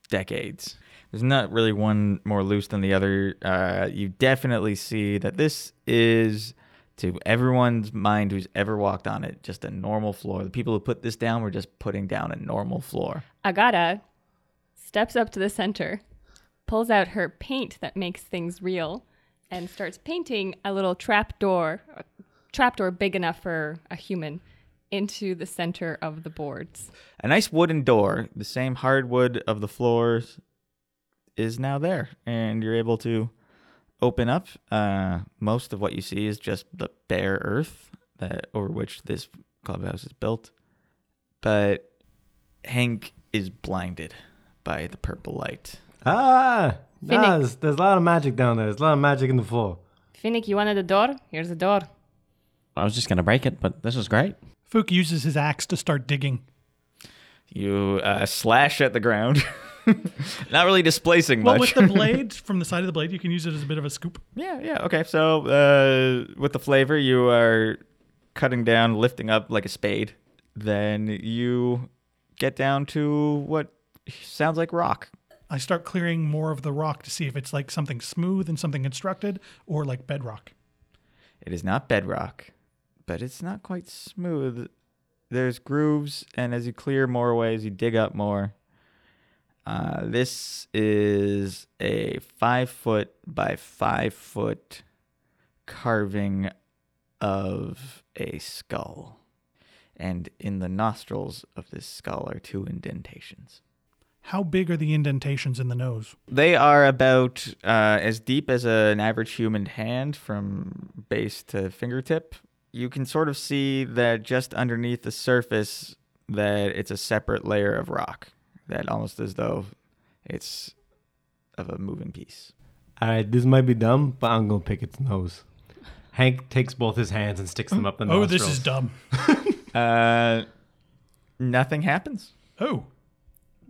C: decades. There's not really one more loose than the other. Uh, you definitely see that this is, to everyone's mind who's ever walked on it, just a normal floor. The people who put this down were just putting down a normal floor.
A: Agata steps up to the center, pulls out her paint that makes things real, and starts painting a little trap door, a trap door big enough for a human, into the center of the boards.
C: A nice wooden door, the same hardwood of the floors, is now there, and you're able to open up. Uh, most of what you see is just the bare earth that over which this clubhouse is built. But Hank is blinded by the purple light.
F: Ah,
A: Finnick.
F: nah, there's, there's a lot of magic down there. There's a lot of magic in the floor.
A: Finnick, you wanted a door? Here's a door.
E: I was just going to break it, but this is great.
D: Fook uses his axe to start digging.
C: You uh, slash at the ground, not really displacing
D: Well,
C: much.
D: with the blade, from the side of the blade, you can use it as a bit of a scoop.
C: Yeah, yeah. Okay, so uh, with the flavor, you are cutting down, lifting up like a spade. Then you get down to what sounds like rock.
D: I start clearing more of the rock to see if it's like something smooth and something constructed or like bedrock.
C: It is not bedrock, but it's not quite smooth. There's grooves, and as you clear more away, as you dig up more, uh, this is a five foot by five foot carving of a skull. And in the nostrils of this skull are two indentations.
D: How big are the indentations in the nose?
C: They are about uh, as deep as an average human hand from base to fingertip. You can sort of see that just underneath the surface that it's a separate layer of rock that almost as though it's of a moving piece.
F: All right, this might be dumb, but I'm gonna pick its nose. Hank takes both his hands and sticks them up the
D: Oh,
F: nostrils.
D: this is dumb.
C: Uh, nothing happens.
D: Oh,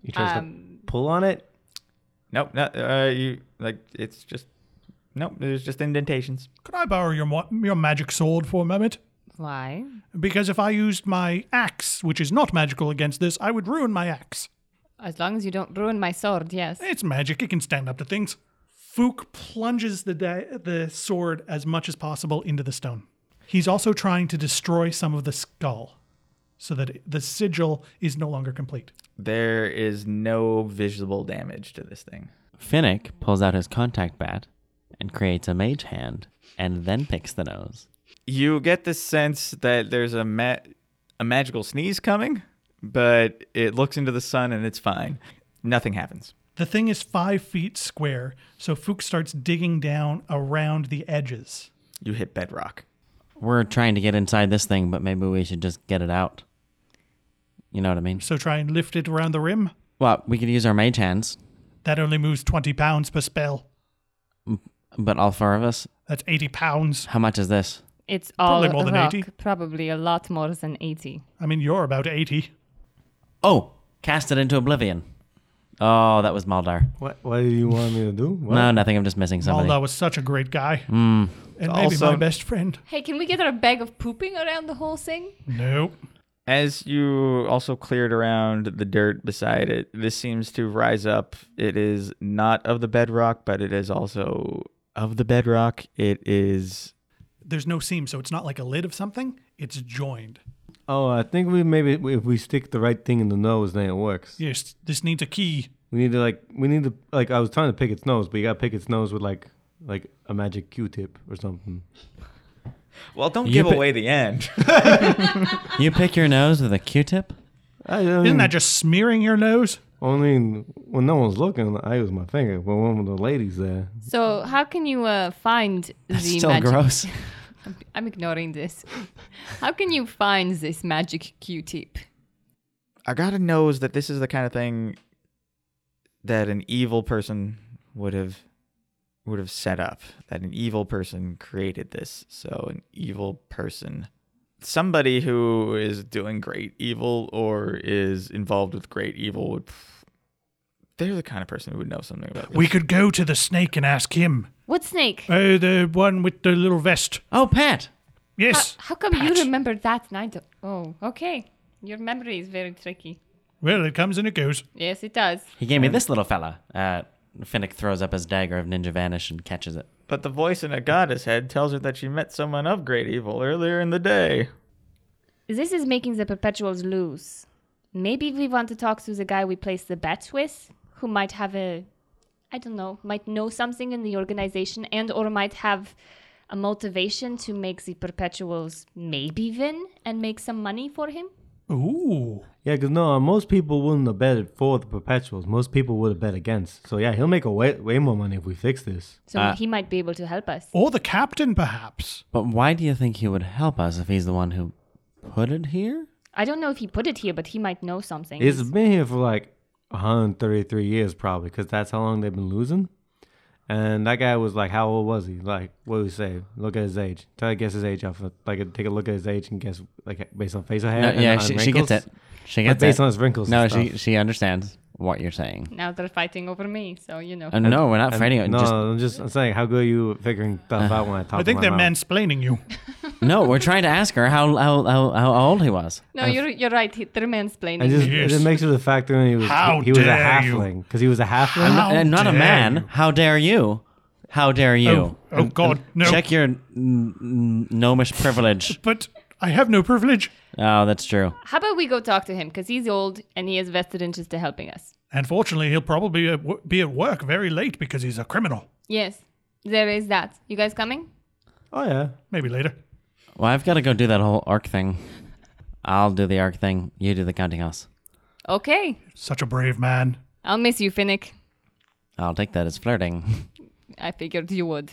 F: He tries to pull on it.
C: Nope. Not, uh, you like it's just nope. There's just indentations.
D: could I borrow your mo- your magic sword for a moment?
A: Why?
D: Because if I used my axe, which is not magical against this, I would ruin my axe.
A: As long as you don't ruin my sword, yes.
D: It's magic, it can stand up to things. Fook plunges the, da- the sword as much as possible into the stone. He's also trying to destroy some of the skull so that the sigil is no longer complete.
C: There is no visible damage to this thing.
E: Finnick pulls out his contact bat and creates a mage hand and then picks the nose.
C: you get the sense that there's a ma- a magical sneeze coming, but it looks into the sun and it's fine. Nothing happens.
D: The thing is five feet square, so Fook starts digging down around the edges.
C: You hit bedrock.
E: We're trying to get inside this thing, but maybe we should just get it out. You know what I mean?
D: So try and lift it around the rim.
E: Well, we could use our mage hands,
D: That only moves 20 pounds per spell.
E: but all four of us,
D: That's 80 pounds.
E: how much is this?
A: It's all
D: Probably more than
A: rock,
D: 80.
A: probably a lot more than 80.
D: I mean, you're about 80.
E: Oh, cast it into oblivion. Oh, that was Maldar.
F: What, what do you want me to do? What?
E: No, nothing. I'm just missing somebody.
D: Aldo was such a great guy. And maybe
C: Also-
D: my best friend.
A: Hey, can we get a bag of pooping around the whole thing?
D: Nope.
C: As you also cleared around the dirt beside it, this seems to rise up. It is not of the bedrock, but it is also of the bedrock. It is
D: There's no seam, so it's not like a lid of something. It's joined.
F: Oh, I think we maybe if we stick the right thing in the nose, then it works.
D: Yes, this needs a key.
F: We need to like we need to like I was trying to pick its nose, but you gotta pick its nose with like like a magic Q-tip or something.
C: well. Don't
E: You
C: give
E: pi-
C: away the end.
E: You pick your nose with a Q-tip.
F: I, I
D: Isn't
F: mean,
D: that just smearing your nose?
F: only in- when no one's looking? I use my finger, but when the ladies there,
A: So how can you uh, find
E: That's
A: the
E: still
A: magic?
E: gross.
A: I'm ignoring this. How can you find this magic Q-tip?
C: Agata knows that this is the kind of thing that an evil person would have would have set up. That an evil person created this. So an evil person somebody who is doing great evil or is involved with great evil would they're the kind of person who would know something about this.
D: We could go to the snake and ask him.
A: What snake?
D: Oh, the one with the little vest.
E: Oh, Pat.
A: How,
D: Yes.
A: how come you
D: Pat.
A: remember that night? Oh, okay. Your memory is very tricky.
D: Well, it comes and it goes.
A: Yes, it does.
E: He gave me this little fella. Uh, Finnick throws up his dagger of ninja vanish and catches it.
C: But the voice in Agata's head tells her that she met someone of great evil earlier in the day.
A: This is making the perpetuals lose. Maybe we want to talk to the guy we placed the bets with, who might have a, I don't know, might know something in the organization and or might have a motivation to make the perpetuals maybe win and make some money for him.
D: Ooh.
F: yeah, because no, uh, most people wouldn't have bet for the perpetuals. Most people would have bet against. So yeah, he'll make a way way more money if we fix this.
A: So he might be able to help us.
D: Or the captain, perhaps.
E: But why do you think he would help us if he's the one who put it here?
A: I don't know if he put it here, but he might know something.
F: It's been here for like 133 years probably, because that's how long they've been losing. And that guy was like, how old was he? Like, what do we say? Look at his age. Try to guess his age off. of- Like, take a look at his age and guess, like, based on facial hair. and
E: yeah,
F: on
E: she, she gets it.
F: wrinkles.
E: She
F: Like,
E: gets
F: based
E: it.
F: on his wrinkles.
E: no,
F: and
E: she
F: stuff.
E: she understands what you're saying.
A: now they're fighting over me, so you know.
E: Uh, no, we're not fighting it.
F: No,
E: Just,
F: I'm just I'm saying, how good are you at figuring stuff out when I talk?
D: I think
F: with
D: they're
F: my mouth?
D: mansplaining you.
E: no, we're trying to ask her how how, how, how old he was.
A: no, you're you're right. he- They're mansplaining.
F: And just,
D: Yes.
F: it just makes it the fact that he was
D: How
F: he was a
D: dare you.
F: halfling because he was a halfling.
D: How
E: and not a
D: dare
E: man.
D: you.
E: How dare you? How dare you?
D: Oh, oh, God, no.
E: Check your n- n- gnomish privilege.
D: But I have no privilege.
E: oh, that's true.
A: How about we go talk to him because he's old and he has vested interest in helping us.
D: Unfortunately, he'll probably uh, w- be at work very late because he's a criminal.
A: Yes, there is that. You guys coming?
F: Oh yeah,
D: Maybe later.
E: Well, I've got to go do that whole arc thing. I'll do the arc thing. You do the counting house.
A: Okay.
D: Such a brave man.
A: I'll miss you, Finnick.
E: I'll take that as flirting.
A: I figured you would.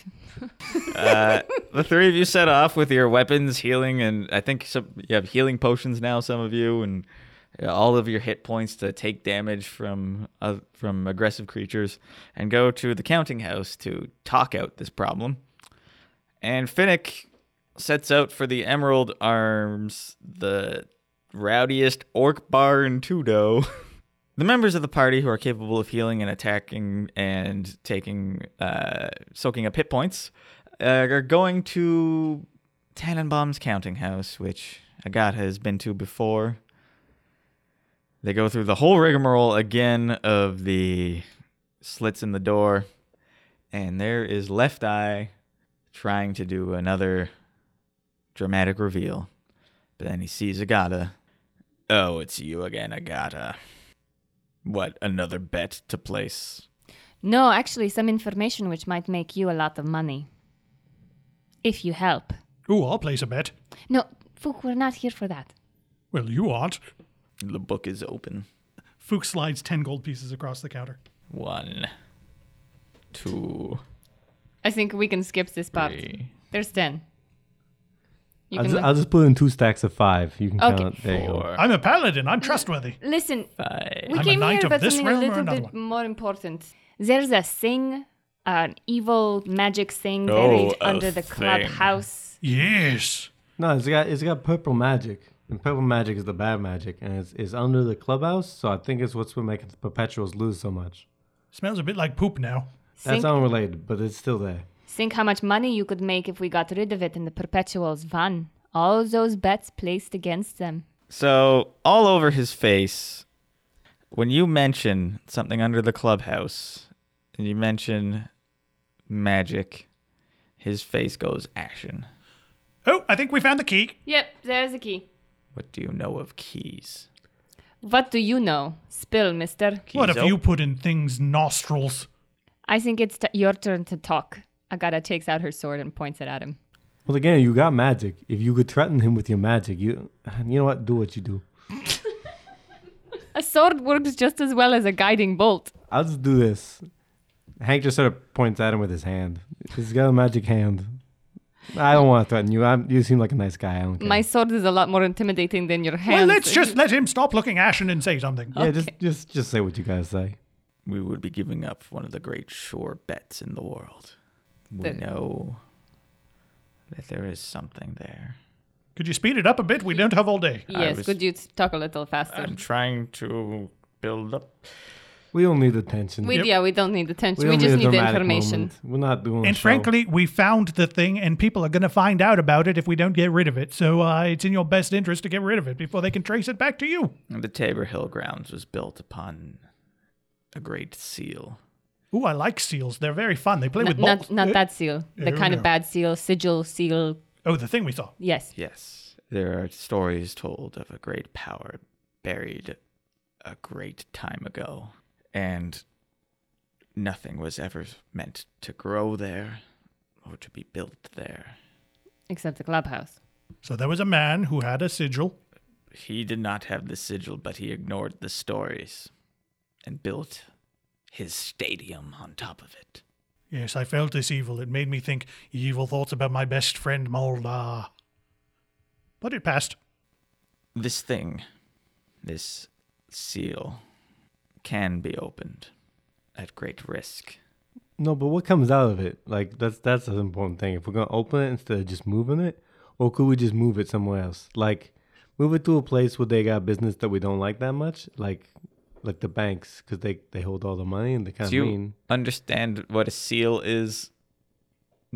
C: the three of you set off with your weapons, healing, and I think some, you have healing potions now. Some of you and uh, all of your hit points to take damage from uh, from aggressive creatures, and go to the counting house to talk out this problem. And Finnick sets out for the Emerald Arms, the rowdiest orc bar in Tudo. The members of the party who are capable of healing and attacking and taking, uh, soaking up hit points, uh, are going to Tannenbaum's counting house, which Agata has been to before. They go through the whole rigmarole again of the slits in the door, and there is Left Eye trying to do another dramatic reveal. But then he sees Agata. Oh, it's you again, Agata. What, another bet to place?
A: No, actually, some information which might make you a lot of money. If you help.
D: Ooh, I'll place a bet.
A: No, Fook, we're not here for that.
D: Well, you aren't.
C: The book is open.
D: Fook slides 10 gold pieces across the counter.
C: One, two,
A: I think we can skip this part.
C: three,
A: There's 10. You
F: I'll
A: can
F: just, I'll just put in two stacks of five. You can
A: Okay.
F: count. There you go.
C: four,
D: I'm a paladin. I'm trustworthy.
A: Listen,
C: five.
A: we
D: I'm a
A: came
D: knight
A: here
D: of
A: about
D: this
A: something
D: realm
A: a
D: or
A: little
D: another
A: bit more important. There's a thing, an evil magic thing
C: Oh,
A: buried
C: a
A: under the
C: thing.
A: clubhouse.
D: Yes.
F: No, it's got it's got purple magic. And purple magic is the bad magic, and it's, it's under the clubhouse, so I think it's what's been making the perpetuals lose so much.
D: Smells a bit like poop now.
F: That's
A: Think-
F: unrelated, but it's still there.
A: Think how much money you could make if we got rid of it and the perpetuals won. All those bets placed against them.
C: So all over his face, when you mention something under the clubhouse, and you mention magic, his face goes ashen.
D: Oh, I think we found the key.
A: Yep, there's the key.
C: What do you know of keys?
A: What do you know? Spill, mister.
D: What if
C: Keys
D: you
C: op-
D: put in things nostrils?
A: I think it's t- your turn to talk. Agata takes out her sword and points it at him.
F: Well, again, you got magic. If you could threaten him with your magic, you you know what? Do what you do.
A: A sword works just as well as a guiding bolt.
F: I'll just do this. Hank just sort of points at him with his hand. He's got a magic hand. I don't want to threaten you. I'm, you seem like a nice guy. I don't care.
A: My sword is a lot more intimidating than your hand.
D: Well, let's just let him stop looking ashen and say something.
F: yeah, just just just say what you guys say.
C: we would be giving up one of the great sure bets in the world. We
A: The-
C: know that there is something there.
D: Could you speed it up a bit? We don't have all day.
C: I Um,
A: Yes,
C: was-
A: could you t- talk a little faster?
C: I'm trying to build up.
F: We don't need attention.
A: we,
D: Yep.
A: Yeah, we don't need the tension. We,
F: don't
A: just
F: a
A: need the
F: dramatic
A: information.
F: moment. We're not doing. a
D: And
F: show.
D: frankly, we found the thing, and people are going to find out about it if we don't get rid of it. So uh, it's in your best interest to get rid of it before they can trace it back to you.
C: The Tabor Hill grounds was built upon a great seal.
D: Ooh, I like seals. They're very fun. They play
A: N-
D: with balls.
A: not, not that seal. The
D: Eh, Yeah,
A: kind
D: yeah.
A: of bad seal, sigil, seal.
D: Oh, the thing we saw.
A: Yes.
C: Yes, there are stories told of a great power buried a great time ago, and nothing was ever meant to grow there or to be built there.
A: Except the clubhouse.
D: So there was a man who had a sigil.
C: He did not have the sigil, but he ignored the stories and built his stadium on top of it.
D: Yes, I felt this evil. It made me think evil thoughts about my best friend Moldar. But it passed.
C: This thing, this seal, can be opened at great risk.
F: no, but what comes out of it? Like that's that's an important thing. If we're gonna open it instead of just moving it, or could we just move it somewhere else? Like move it to a place where they got business that we don't like that much, like like the banks, because they they hold all the money and they kind of
C: Do you
F: mean.
C: understand what a seal is?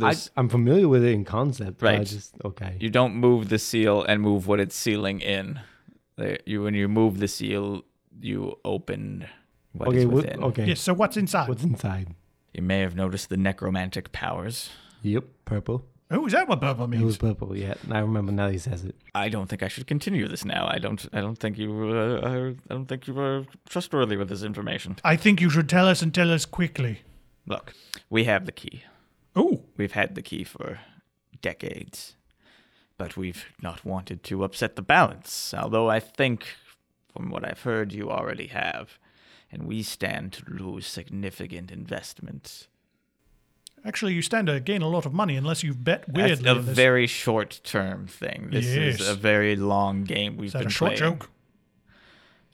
F: I,
C: This-
F: I'm familiar with it in concept. but I
C: Right.
F: just okay.
C: you don't move the seal and move what it's sealing in. They- You when you move the seal, you open what is
F: okay. What,
C: within.
F: okay.
D: Yes, so what's inside?
F: What's inside?
C: You may have noticed the necromantic powers.
F: Yep. Purple.
D: oh, is that what purple
F: It was
D: means?
F: purple. Yeah. I remember now. He says it.
C: I don't think I should continue this now. I don't. I don't think you. Uh, I- I don't think you were trustworthy with this information.
D: I think you should tell us and tell us quickly.
C: Look, we have the key.
D: Oh,
C: We've had the key for decades, but we've not wanted to upset the balance. Although I think, from what I've heard, you already have, and we stand to lose significant investment
D: Actually, you stand to gain a lot of money unless you bet weirdly.
C: That's a
D: in this.
C: very short-term thing. This
D: Yes.
C: is a very long game we've
D: Is that
C: been
D: a short
C: playing.
D: joke?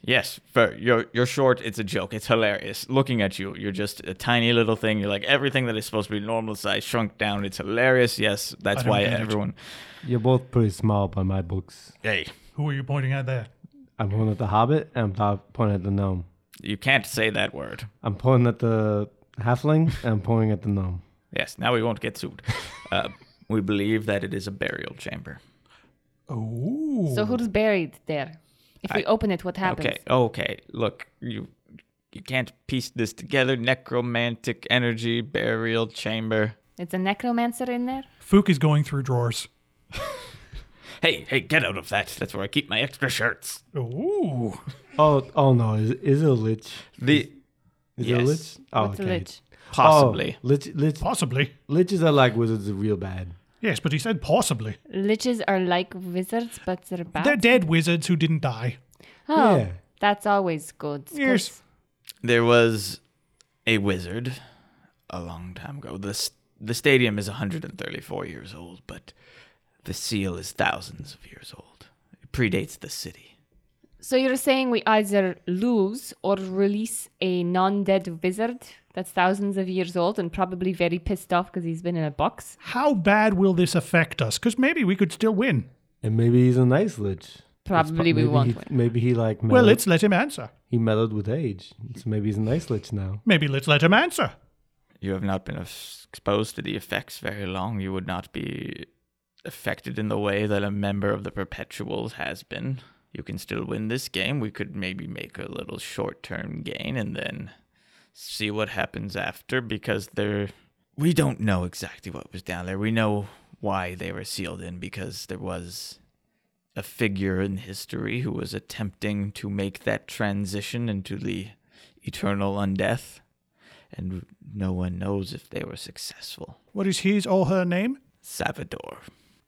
C: Yes, fair. You're you're short. It's a joke. It's hilarious. Looking at you, you're just a tiny little thing. You're like everything that is supposed to be normal size shrunk down. It's hilarious. Yes, that's
D: don't
C: why
D: get it.
C: everyone.
F: You're both pretty small by my books.
C: Hey,
D: Who are you pointing at there?
F: I'm pointing at the Hobbit and I'm po- pointing at the gnome.
C: you can't say that word.
F: I'm pointing at the halfling and I'm pointing at the gnome.
C: Yes, now we won't get sued. uh, we believe that it is a burial chamber.
D: Oh,
A: So who's buried there? If we open it, what happens?
C: Okay, okay. Look, you you can't piece this together. Necromantic energy burial chamber.
A: It's a necromancer in there?
D: Fook is going through drawers.
C: Hey, hey, get out of that. That's where I keep my extra shirts.
D: Ooh,
F: Oh, oh no! Is, is it a lich?
C: The
F: Is it a
C: yes,
F: lich? Oh,
A: What's a lich?
C: possibly.
F: Oh, lich, lich,
D: possibly.
F: liches are like wizards, are real bad.
D: Yes, but he said possibly.
A: Liches are like wizards, but they're bad.
D: They're dead wizards who didn't die.
A: oh,
F: Yeah.
A: that's always good. 'cause
D: Yes.
C: There was a wizard a long time ago. The s- the stadium is 134 years old, but the seal is thousands of years old. It predates the city.
A: So you're saying we either lose or release a non-dead wizard that's thousands of years old and probably very pissed off because he's been in a box?
D: How bad will this affect us? Because maybe we could still win.
F: And maybe he's a nice lich.
A: Probably we
F: maybe
A: won't
F: he,
A: win.
F: Maybe he like mellowed,
D: Well, let's let him answer.
F: he mellowed with age. So maybe he's an ice lich now.
D: Maybe let's let him answer.
C: You have not been ex- exposed to the effects very long. You would not be affected in the way that a member of the Perpetuals has been. You can still win this game. We could maybe make a little short term gain and then see what happens after because there. We don't know exactly what was down there. We know why they were sealed in because there was a figure in history who was attempting to make that transition into the eternal undeath and no one knows if they were successful.
D: What is his or her name?
C: Salvador.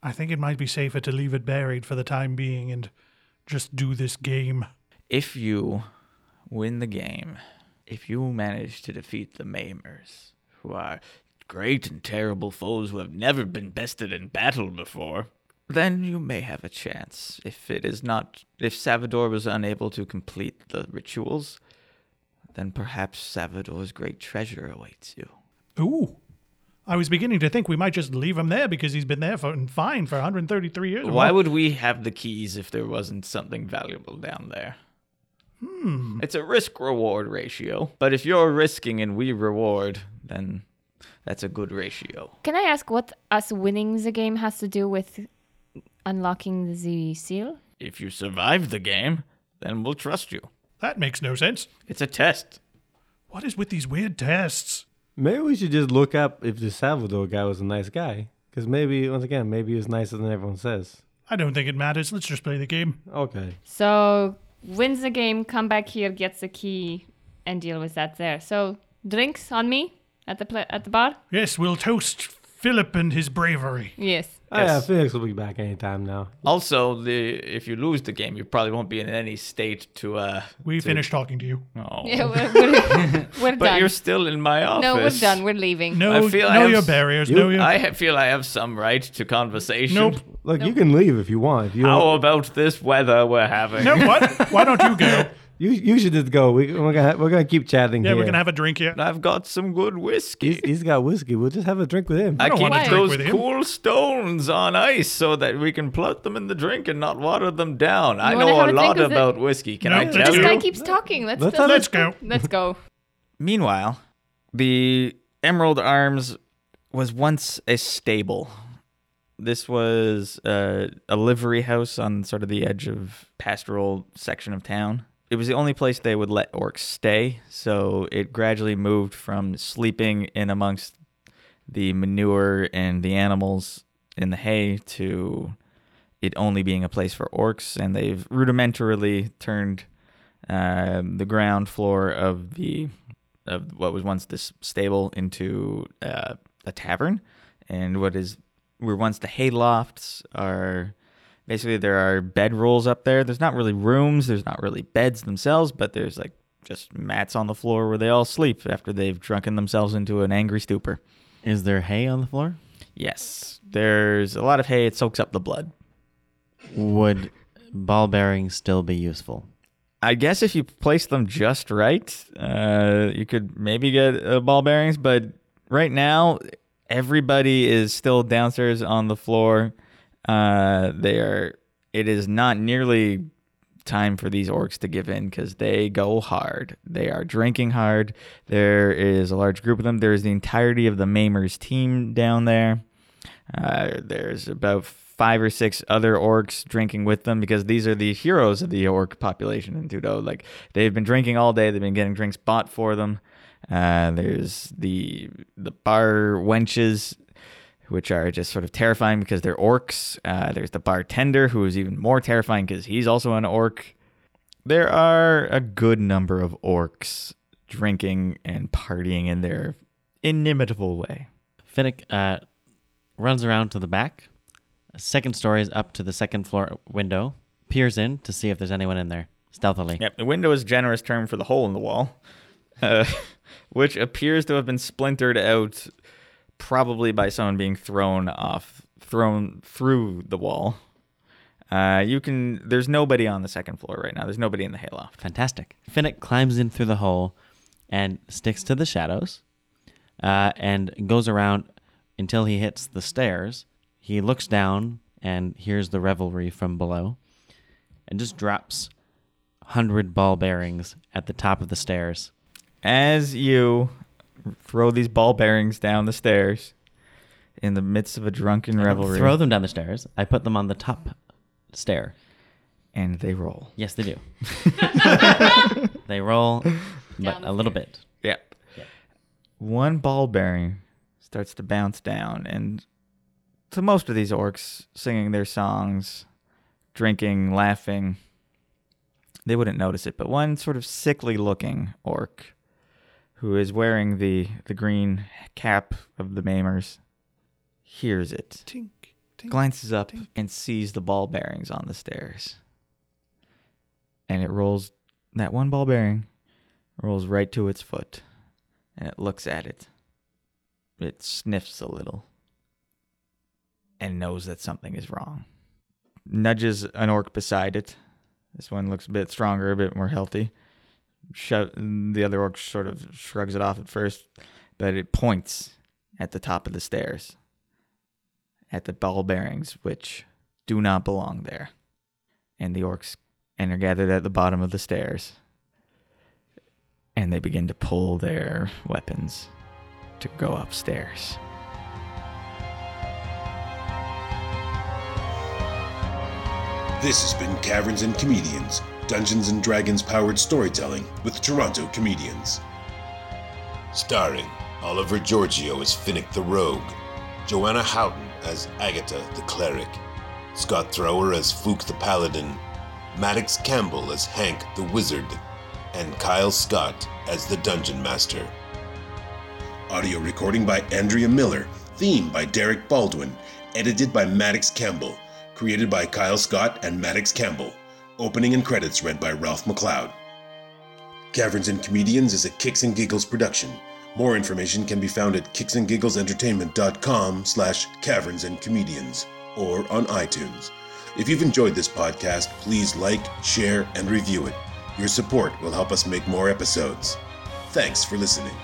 D: I think it might be safer to leave it buried for the time being and just do this game.
C: If you win the game, if you manage to defeat the Maimers, who are great and terrible foes who have never been bested in battle before, then you may have a chance. If it is not, if Salvador was unable to complete the rituals, then perhaps Salvador's great treasure awaits you.
D: Ooh. I was beginning to think we might just leave him there because he's been there for and fine for 133 years.
C: Why would we have the keys if there wasn't something valuable down there? Hmm. It's a risk reward ratio. But if you're risking and we reward, then that's a good ratio.
G: Can I ask what us winning the game has to do with unlocking the seal?
C: If you survive the game, then we'll trust you.
D: that makes no sense.
C: It's a test.
D: What is with these weird tests?
F: Maybe we should just look up if the Salvador guy was a nice guy. Because maybe, once again, maybe he was nicer than everyone says.
D: I don't think it matters. Let's just play the game.
F: Okay.
G: So wins the game, come back here, gets the key, and deal with that there. So drinks on me at the pla at the bar.
D: Yes, we'll toast Philip and his bravery.
G: Yes.
F: Oh, yeah, Phoenix will be back anytime now.
C: Also, the if you lose the game, you probably won't be in any state to uh
D: We
C: to-
D: finished talking to you.
C: Oh.
G: Yeah, we're, we're, we're
C: But
G: done.
C: you're still in my office.
G: no, we're done. We're leaving.
D: No,
C: I feel I
D: know
C: have
D: your
C: s-
D: barriers.
F: you-
D: know your.
C: I ha- feel I have some right to conversation.
D: nope.
F: Look, you can leave if you want. If you,
C: How about this weather we're having?
D: No, what? Why don't you go?
F: you, you should just go. We, we're gonna we're gonna keep chatting
D: Yeah,
F: here.
D: we're gonna have a drink here.
C: I've got some good
F: He's,
C: whiskey.
F: he's got whiskey. We'll just have a drink with him.
C: I
D: don't
C: keep
D: wanna drink
C: those
D: with him.
C: cool stones on ice so that we can plug them in the drink and not water them down. I
G: wanna
C: know
G: have
C: a
G: a drink
C: lot
G: with it?
C: about whiskey. Can
D: No,
C: I
D: let's
C: tell
G: This
D: do
C: you?
D: it.
G: guy keeps talking. Let's
F: Let's-
G: let's,
D: Let's go.
G: let's go.
C: Meanwhile, the Emerald Arms was once a stable. This was uh, a livery house on sort of the edge of pastoral section of town. It was the only place they would let orcs stay, so it gradually moved from sleeping in amongst the manure and the animals in the hay to it only being a place for orcs, and they've rudimentarily turned um, the ground floor of the of what was once this stable into uh, a tavern, and what is where once the hay lofts are. Basically, there are bed rolls up there. There's not really rooms. There's not really beds themselves, but there's like just mats on the floor where they all sleep after they've drunken themselves into an angry stupor.
E: Is there hay on the floor?
C: Yes, there's a lot of hay. It soaks up the blood.
E: Would ball bearings still be useful?
C: I guess if you place them just right, uh, you could maybe get uh, ball bearings. But right now, everybody is still downstairs on the floor. Uh, they are. It is not nearly time for these orcs to give in because they go hard. They are drinking hard. There is a large group of them. There is the entirety of the Maimers team down there. Uh, there's about five or six other orcs drinking with them because these are the heroes of the orc population in Tudo. Like they've been drinking all day, they've been getting drinks bought for them. Uh, there's the the bar wenches, which are just sort of terrifying because they're orcs. Uh, there's the bartender who is even more terrifying because he's also an orc. There are a good number of orcs drinking and partying in their inimitable way.
E: Finnick uh, runs around to the back. Second story is up to the second floor window. Peers in to see if there's anyone in there stealthily.
C: Yep, the window is a generous term for the hole in the wall, uh, which appears to have been splintered out, probably by someone being thrown off, thrown through the wall. Uh, you can. There's nobody on the second floor right now. There's nobody in the hayloft.
E: Fantastic. Finnick climbs in through the hole and sticks to the shadows uh, and goes around until he hits the stairs. He looks down and hears the revelry from below. and just drops 100 ball bearings at the top of the stairs.
C: As you throw these ball bearings down the stairs in the midst of a drunken
E: I don't
C: revelry,
E: Throw them down the stairs. I put them on the top stair.
C: and they roll.
E: Yes, they do. they roll, but
G: Down the
E: a little
G: stairs.
E: bit.
C: Yep. One ball bearing starts to bounce down, and to most of these orcs singing their songs, drinking, laughing, they wouldn't notice it. But one sort of sickly looking orc who is wearing the, the green cap of the Mamers hears it,
D: Tink, tink.
C: glances up, and sees the ball bearings on the stairs. And it rolls, that one ball bearing rolls right to its foot and it looks at it. It sniffs a little and knows that something is wrong. Nudges an orc beside it. This one looks a bit stronger, a bit more healthy. Shove, the other orc sort of shrugs it off at first, but it points at the top of the stairs, at the ball bearings, which do not belong there. And the orcs and are gathered at the bottom of the stairs and they begin to pull their weapons to go upstairs.
B: This has been Caverns and Comedians, Dungeons and Dragons powered storytelling with Toronto comedians. Starring Oliver Giorgio as Finnick the Rogue, Joanna Houghton as Agatha the Cleric, Scott Thrower as Fook the Paladin, Maddox Campbell as Hank the Wizard, and Kyle Scott as the Dungeon Master. Audio recording by Andrea Miller. Theme by Derek Baldwin. Edited by Maddox Campbell. Created by Kyle Scott and Maddox Campbell. Opening and credits read by Ralph McLeod. Caverns and Comedians is a Kicks and Giggles production. More information can be found at kicksandgigglesentertainment.com slash caverns and comedians or on iTunes. If you've enjoyed this podcast, please like, share, and review it. Your support will help us make more episodes. Thanks for listening.